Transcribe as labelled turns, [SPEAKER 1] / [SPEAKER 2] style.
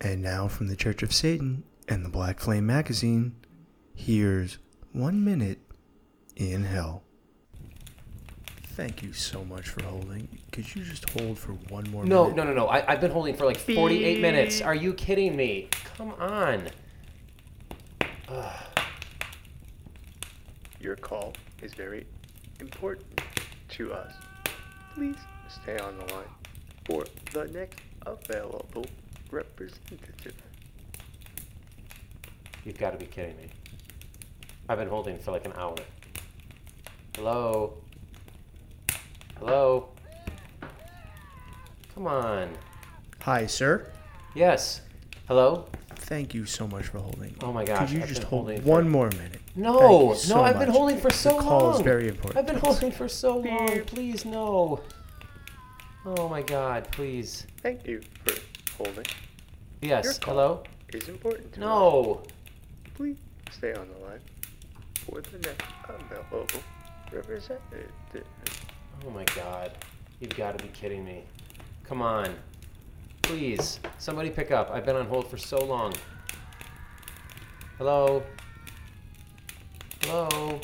[SPEAKER 1] And now from the Church of Satan and the Black Flame magazine, here's One Minute in Hell. Thank you so much for holding. Could you just hold for one more
[SPEAKER 2] No,
[SPEAKER 1] minute?
[SPEAKER 2] no, no, no. I, I've been holding for like 48 minutes. Are you kidding me? Come on.
[SPEAKER 1] Your call is very important to us. Please stay on the line for the next available representative.
[SPEAKER 2] You've got to be kidding me. I've been holding for like an hour. Hello? Hello? Come on.
[SPEAKER 1] Hi, sir.
[SPEAKER 2] Yes. Hello?
[SPEAKER 1] Thank you so much for holding.
[SPEAKER 2] Oh my gosh,
[SPEAKER 1] Could you
[SPEAKER 2] I've
[SPEAKER 1] just
[SPEAKER 2] been
[SPEAKER 1] hold
[SPEAKER 2] holding for-
[SPEAKER 1] one more minute? Thank you
[SPEAKER 2] No,
[SPEAKER 1] so
[SPEAKER 2] no, I've been
[SPEAKER 1] much.
[SPEAKER 2] holding for so
[SPEAKER 1] the call
[SPEAKER 2] long.
[SPEAKER 1] is very important.
[SPEAKER 2] I've been holding for so long. Please, no. Oh my god, please.
[SPEAKER 1] Thank you for holding.
[SPEAKER 2] Yes,
[SPEAKER 1] call.
[SPEAKER 2] hello?
[SPEAKER 1] It's important to us.
[SPEAKER 2] No.
[SPEAKER 1] Please stay on the line for the next available representative.
[SPEAKER 2] Oh my god. You've got to be kidding me. Come on. Please, somebody pick up. I've been on hold for so long. Hello? Hello?